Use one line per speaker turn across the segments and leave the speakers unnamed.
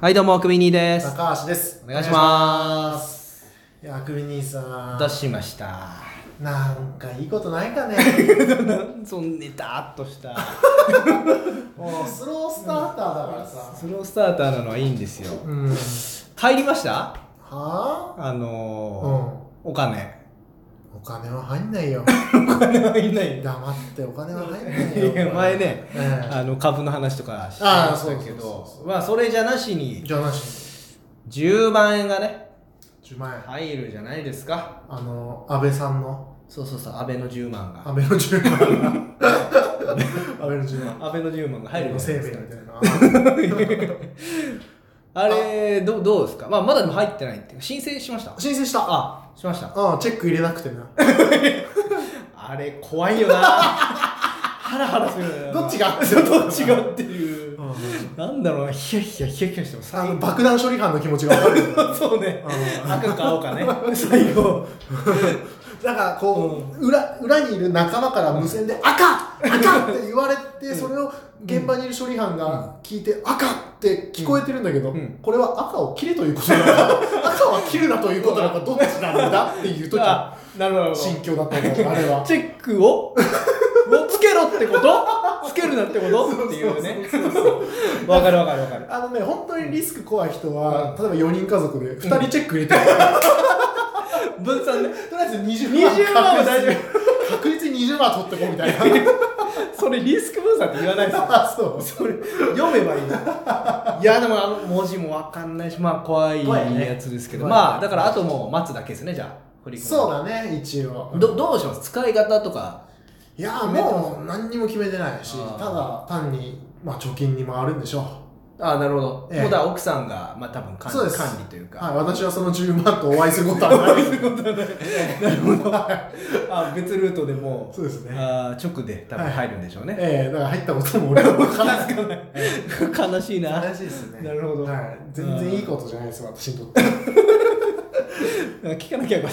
はい、どうも、クミニーです。
高橋です
お願いします
いやクビ兄さん
どうしました。
なんかいいことないかね
そんネタっとした。
もうスロースターターだからさ
スロースターターなのはいいんですよ。
うんは
帰りました
あ
あ
うん
のー、お金。
お金は入んないよ
お金はいな。
黙ってお金は入んないよ
いや前ね、
ええ
あの、株の話とかして
あ
ま
あ
したけ
そうそうそう
ど
そ、う
まあ、それじゃなしに、
じゃあなし
10万円がね、
10万円
入るじゃないですか。
あの安倍さんの
そうそうそう、安倍の10万
安
が。
倍の10万 安倍の10万
安倍の10万が入るじゃない
生
で
命
すか
みた。いな
あれ、どうどうですかまあ、まだでも入ってないっていう か申請しました
申請したあ
あ、しました。
うんチェック入れなくてな
あれ怖いよ なハラハラするよな
どっちが
どっちがっていう
うん
なんだろうなヒヤヒヤヒヤヒヤしても
あ
最
の
後
爆弾処理班の気持ち が分かるよ
そうね
う
赤か青かね最後
なんかこう、裏裏にいる仲間から無線で「 赤赤!」って言われてそれを現場にいる処理班が聞いて「赤!」って聞こえてるんだけど、
うん
これは赤を切れということなのか 赤は切るなということなのかどっちなんだっていう時の
あなるほどなるほ
心境だったんだよあれは
ど。チェックををつけろってことつけるなってことっていうねわかるわかるわかる
あのね、本当にリスク怖い人は、
うん
例えば4人家族で2人チェック入れてる、
分散ね
とりあえず20万
20万は大丈
確実に20万取ってこうみ たいな
夫それリスク分散って言わないですよ
あ そう
それ読めばいいのいやでもあの文字もわかんないしまあ怖い
怖いね
やつですけど、
怖い
まあだからあともう待つだけですねじゃあ振り込む
そうだね一応
どどうします使い方とか
いやーもう何にも決めてないし
あー
ただ単に、まあ、貯金に回るんでしょう
ああなるほど、
ええ
もうだから奥さんがまあ多分管
そうで
理
す
管理というか、
はい、私はその10万とお会いすることはない
なるほどあ別ルートでも
そうですね
あ直で多分入るんでしょうね、
ええだから入ったことも俺は分からない
悲しいな
しいですね
なるほど
はい、全然いいことじゃないです私にとって
聞かなきゃよかっ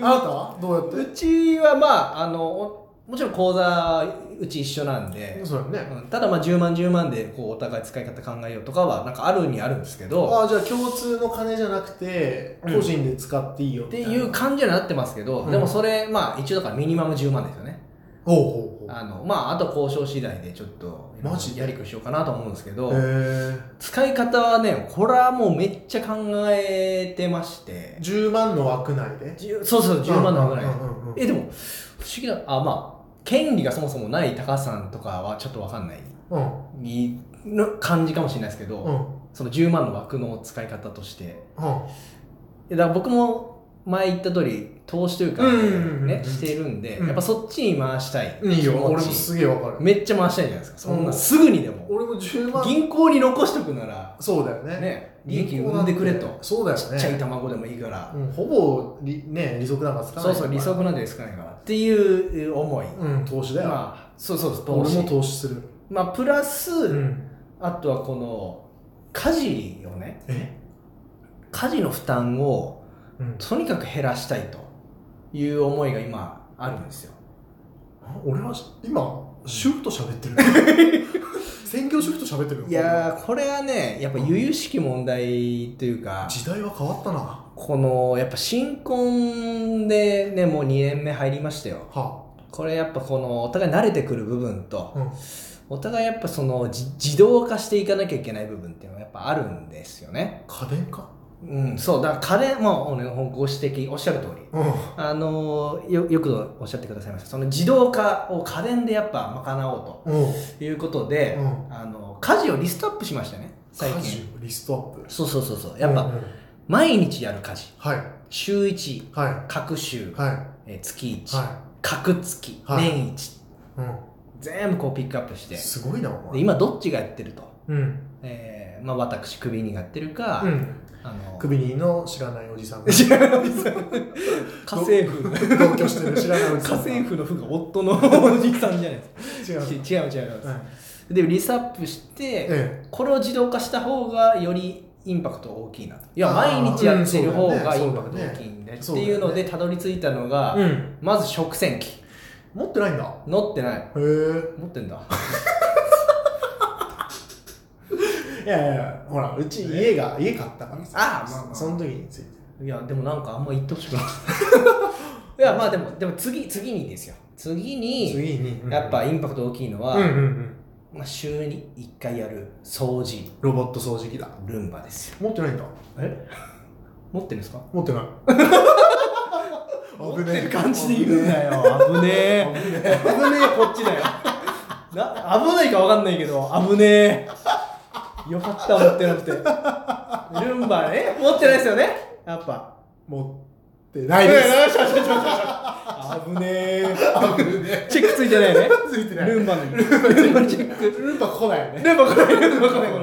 た
あなたはどうやっ
うちはまああのおもちろん口座うち一緒なんで
てそうよね、
うんただまあ10万10万でこうお互い使い方考えようとかはなんかあるにあるんですけど
ああじゃあ共通の金じゃなくて
うん
個人で使っていいよ
っ
み
て
たいな、
いう感じにはなってますけど、
うん
でもそれまあ一応だからミニマム10万ですよね
ほうほうほ
あのまああと交渉次第でちょっと
マジで
やりくりしようかなと思うんですけど
うへ
使い方はねこれはもうめっちゃ考えてまして
え10万の枠内で
じゅそうそう10万のぐらい
うんうんうんうん
えでも不思議なあまあ権利がそもそもない高橋さんとかはちょっとわかんない
うん
にの感じかもしれないですけど、
うん
その10万の枠の使い方として
うん
いやだから僕も前言った通り投資というか、
うんうんうんうん
ね、してるんで、
うん
やっぱそっちに回したい
いいよ、
気持ち
俺もすげえわかる。
めっちゃ回したいじゃないですかそん
う
なんすぐにでも
俺も10万、
銀行に残しとくなら
そうだよね。
ね利
銀
益
行
生
なんん
で
て
くれと
そうだよね。
ちっちゃい卵でもいいから、
うん、ほぼり、ね、利息なんかつかな
そ
いう
そう利息なんて少ないからっていう思い、
うん、投資だよ。
まあそうそうそう投
俺
資
も投資する。
まあプラス、
ん。
あとはこの家事をね
え
家事の負担を
うん。
とにかく減らしたいという思いが今あるんですよ
あ俺はし今、主婦と喋 ってる。専業主婦と喋ってるよ
いやーこれはねやっぱ由々しき問題というか
時代は変わったな。は
このやっぱ新婚でねもう2年目入りましたよ
あ。
これやっぱこのお互い慣れてくる部分と
うん。
お互いやっぱそのじ自動化していかなきゃいけない部分っていうのはやっぱあるんですよね
家電か
うんそうだから家電もうねご指摘おっしゃる通り
うん。
あのよよくおっしゃってくださいましたその自動化を家電でやっぱ賄おう
うん。
ということで、
う
あの家事をリストアップしましたね最
家
近
事をリストアップ。
そうそうそうそうやっぱ、
うんうん
毎日やる家事
はい。
週1
は
各週、
い。はい。
えー月1、
は
各月、
はい
年1
い。う
全部こうピックアップして
ん。すごいな、お
で
前。
今どっちがやってると、
うん。
えーまあ、私クビにがやってるか、
うん。
あの
首にの知らないおじさんが
知らないです家政婦
同居してる知らないお
家
じさんが
政婦の夫が夫のおじさんじゃないです
違う
かち違う違う違う
はい
でリストアップして、
え
これを自動化した方がよりインパクト大きいなといや
あー
毎日やってる方
うんそう
が
だ
イ
よね
ンパクト大きいんで、って
そうだよね
いうのでたどり着いたのが、
えうん
まず食洗機
持ってないんだへ
乗ってない
え
持ってんだ
いやいや、ほら、うち家が、家買ったからさ。
ああまあまあ
その時について。
いやでもなんかあんま言ってほしくない いやまあでもでも次次にですよ次に
次に、
やっぱインパクト大きいのは、
うんうんうん。
まあ、週に1回やる掃除
ロボット掃除機だ。
ルンバですよ
持ってないんだ。
え持ってるんですか
持ってない。
持ってる感じで言うな
よ。
危ねえ
危ね
危ねえこっちだよな危ないか分かんないけど危ねえよかった持ってなくてルンバね持ってないですよねやっぱ
持ってないです。
危ねえ チェックついてないよね
ついてない。
ルンバのルンバのチェック
ルンバ来ないよね。
ルンバ来ないルンバ来ない来ない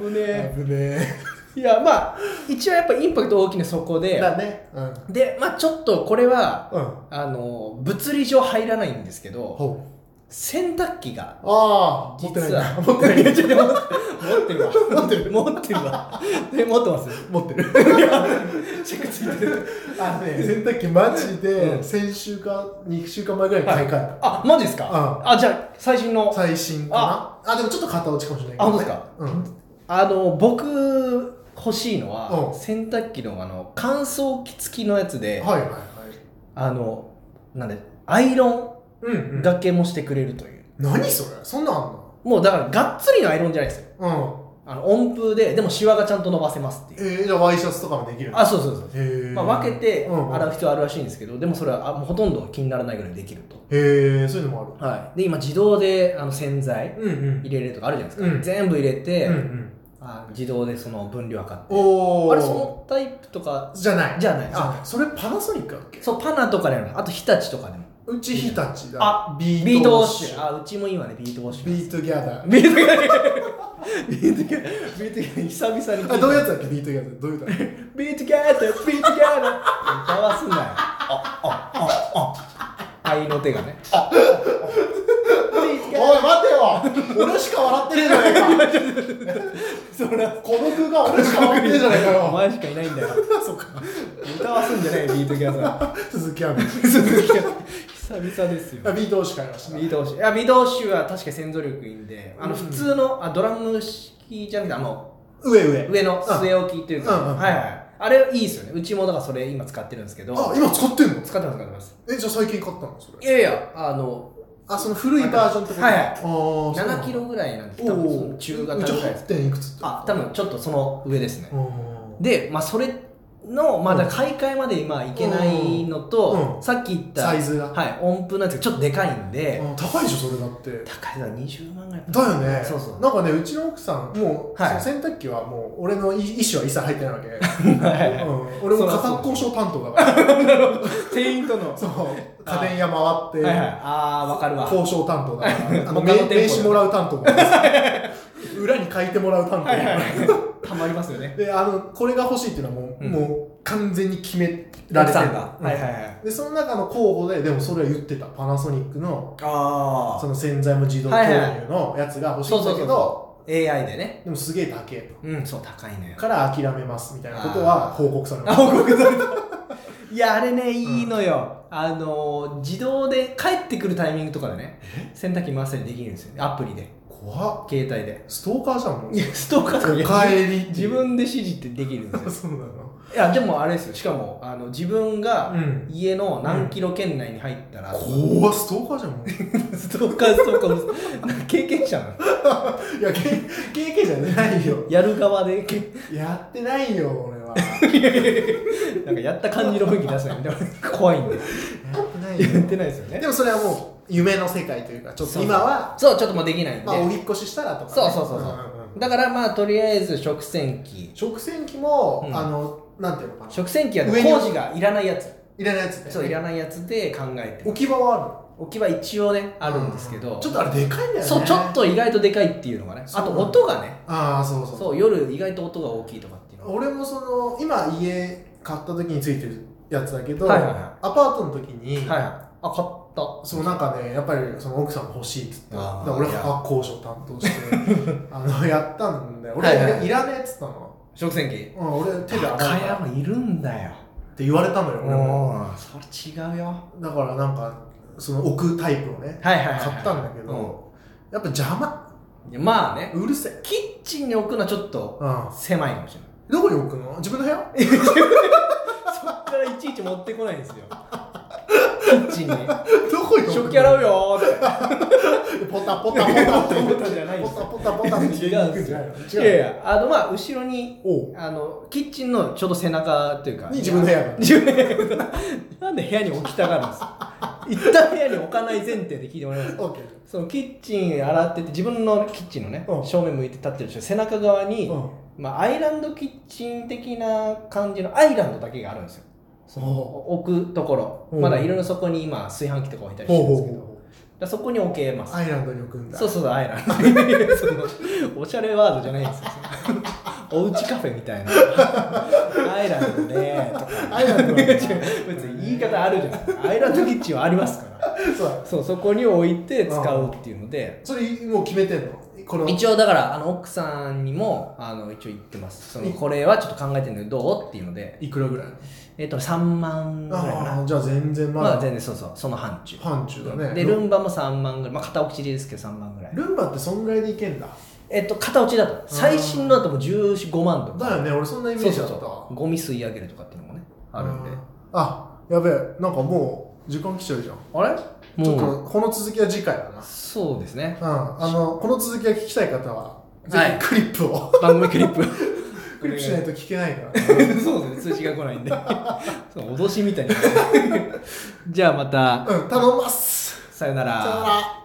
危ねえ
危ね
いやまあ一応やっぱインパクト大きなそこ
え。
で
だね。うん。うん。
でまあちょっとこれはあの物理上入らないんですけど
ほう。
洗濯機が
ああ、持ってないん
実
だ。
は
持ってない。
いやちょっと 持ってるわ持 ってるわ で持ってます
持ってる。
チェックついてる
あのね、洗濯機マジ
う
で、
ん
先週か2週間前ぐらいに買い替えた。
あマジですかあじゃあ最新の
最新かなあでもちょっと片落ちかもしれない
あ本当ですか
うん
あの僕欲しいのは
うん
洗濯機のあの乾燥機付きのやつで
はいはいはい
あのなんでアイロン
うん、
がけもしてくれるという、
何それそんなんあん
もうだからがっつりのアイロンじゃないですよ
の
あの温風ででもシワがちゃんと伸ばせますって
う
い
ん
う、
えー、じゃあワイシャツとかもできる
あそうそうそう、
へー
まあ、分けて
うんうん
洗う必要あるらしいんですけどでもそれはあもうほとんど気にならないぐらいできると
へえそういうのも
はい、で今自動であの洗剤
あるうんうん
入れれるとかあるじゃないですか、
うん
全部入れて、
うんうん
あ自動でその分量測って
おお
あれそのタイプとか
じゃない
じゃない
あそれパナソニックだっけ
そうパナとかでもあと日立とかでも
うち日立だ
あ
ビ
ビートウォッシ
ビー
ュあうちも今ねビートウォッシュ
トギャザー
ビートギャ ービートギャービートギャー久々に聞いた
あどういうやつだっけビートギャザーどういう歌だっけ
ビートギャーってビートギャーだ歌わすなよああああ愛の手がねああビートギャー
おい待てよ俺しか笑ってねえじゃないか
そら
孤独が俺しか笑ってねえじゃないか
お
よ
前しかいないんだよ
そうか
歌わすんじゃないよビートギャーさん
鈴木亜美
久々です
あ
よ
ビートウォッシュ買いました
ビートウォッシュいやビートウォッシュは確か洗浄力いいんであの
うん
普通の、あドラム式じゃなくてあの
上上
上の据え置きというか、
うんうん
はいはいあれいいですよねうちもだからそれ今使ってるんですけど
あ今使って
使って
んの
ます使ってます
えじゃあ最近買ったのそ
い
れ
やいやあの
あその古いバージョンってこと
はいはい
ああそうなの
7キロぐらいなんです多分そ
お
の
お
中型ぐらいです
8点いくつって
あ多分ちょっとその上ですね
うん
でまあそれのまあだから買い替えまで今いけないのと、
うん
さっき言った
サイズが
はい、音符なんですけどちょっとでかいんで、
うん高いでしょそれだって
高いのは20万ぐらい
だよね
そうそう
なんかねうちの奥さんもう、
はい
その洗濯機はもう俺の意意思は一切入ってないわけ、
は
うん、俺も
そうだそ
価
うだ
格交渉担当だか ら
い店員との
そう家電屋回って、
はいはいああわかるわ
交渉担当だ からあ
他の
の名
店舗だ
名刺もらう担当もあ る裏に書いてもらう担当もある
たまりますよね
であのこれが欲しいっていうのはもう,、
うん
もう完全に決め
ラ
ら
ク
れて
さ
る
んが、
うん
はいはいはい
でその中の候補ででもそれは言ってたパナソニックの
あ
その洗剤も自動投
はいはい
入のやつが欲しい
そうんそ
だ
うそ
け
う
ど
そう AI でね
でもすげえ高えと
うんそう高いのよ
から諦めますみたいなことは報告されま
あ
した
報告された いやあれねいいのよ、あのー自動で帰ってくるタイミングとかでね洗濯機回したりできるんですよねアプリで
怖っ
携帯で
ストーカーじゃんもう
いやストーカーとか
おかえりって
自分で指示ってできるんですよ
そうなの
いやでもあれですよしかもあの自分が
うん
家の何キロ圏内に入ったら、
怖っストーカーじゃんも う
ストーカーストーカーも経験者なの
いやけ経験じゃないよ
やる側でけ
やってないよ俺は
なんかやった感じの雰囲気出せないでも怖いんで
やってない
やって
よ
ないですよね
でもそれはもう夢の世界というかちょっと
そう
今は
そうちょっともうできないんで、
まあお引っ越ししたらとかね
そうそうそうそうん
んん
だからまあとりあえず食洗機
食洗機も、
うん
あのなんていうのかな
食洗機はね
上に
工事がいらないやつ
いらないやつね
そういらないやつで考えて
置き場は
置き場一応ね
あ
あ
る
るんですけど、
うちょっとあれでかいんだよね
そうちょっと意外とでかいっていうのがね
そ
あ
う
と音がね
ああそうそう
そう夜意外と音が大きいとかっていうのが
俺もその今家買った時についてるやつだけど、
はいはいはい
アパートの時に、
はいあ買った
そうなんかねやっぱりその奥さん欲しいっつってだ
あー
から俺
いや
は交渉担当して あのやったんだよ俺、
はいはい
いらねえっつったの、
食洗機
うん、俺手で洗うか
赤
らっ
山いるんだよ
て言われたのよ俺も
うんそれ違うよ
だからなんかその置くタイプをね
はいはいはい、
買ったんだけど、やっぱ邪魔
うんまあね
うるせえ
キッチチンに置くのはちょっと
う
狭いかもしれない
んどこに置くの自分の部屋
そっからいちいち持ってこないんですよキッチンに
どこに置くの
食器洗うよーっ
ポタポタポタっ
ポ
て
タじゃないで
ポ
す
タポタポタって
て違うんですよいやい
違う
やあのまあ後ろに
おう
あのキッチンのちょうど背中というか
に自分の部屋が
自分の部屋がなんで部屋に置きたがるんですか 一旦部屋に置かない前提で聞いてもらいます
オッケー
そのキッチン洗ってて自分のキッチンのね、
うん
正面向いて立ってる人背中側に、
うん
まあ、アイランドキッチン的な感じのアイランドだけがあるんですよその置くところ、
うん
まだいろいろそこに今炊飯器とか置いたりして
ほう
るん
ほ
ですけ
う
どだか
ほ
らそこに置けま
う
す
アイランドに置くんだ
そうそうそうアイランドそのおしゃれワードじゃないんですよそのおうちカフェみたいなアイランドねとか
アイランドなんだ
違う別に言い方あるじゃないアイランドキッチンはありますから
そうだ
そうそこに置いて使うっていうので
それもう決めてんのこの
一応だからあの奥さんにもあの一応言ってますそのこれはちょっと考えてるのどうっていうので
いくらぐらい
えっ、と3万ぐらいか
あ
な
あじゃあ全然ま
まだ
だ
全然そうそうその範疇
パンチだね
でルンバも3万ぐらいまあ片落ちですけど3万ぐらい
ルンバってそんぐらいでいけんだ
えっと片落ちだと最新のだともう15万とか
だよね俺そんなイメ
そ
ー
う
ジ
そ
だ
う
った
そ
わ
うゴミ吸い上げるとかっていうのもねあるんで
あやべえなんかもう時間来ちゃうじゃん
あれ
ちょっ
もう
とこの続きは次回だな
そうですね
うんあのこの続きが聞きたい方はぜ
はい
ひクリップを
番組クリップ
クリップしないと聞けないからね
そうですね通知が来ないんでそう 脅しみたいなじゃあまた
うん頼ます
さよなら
さよなら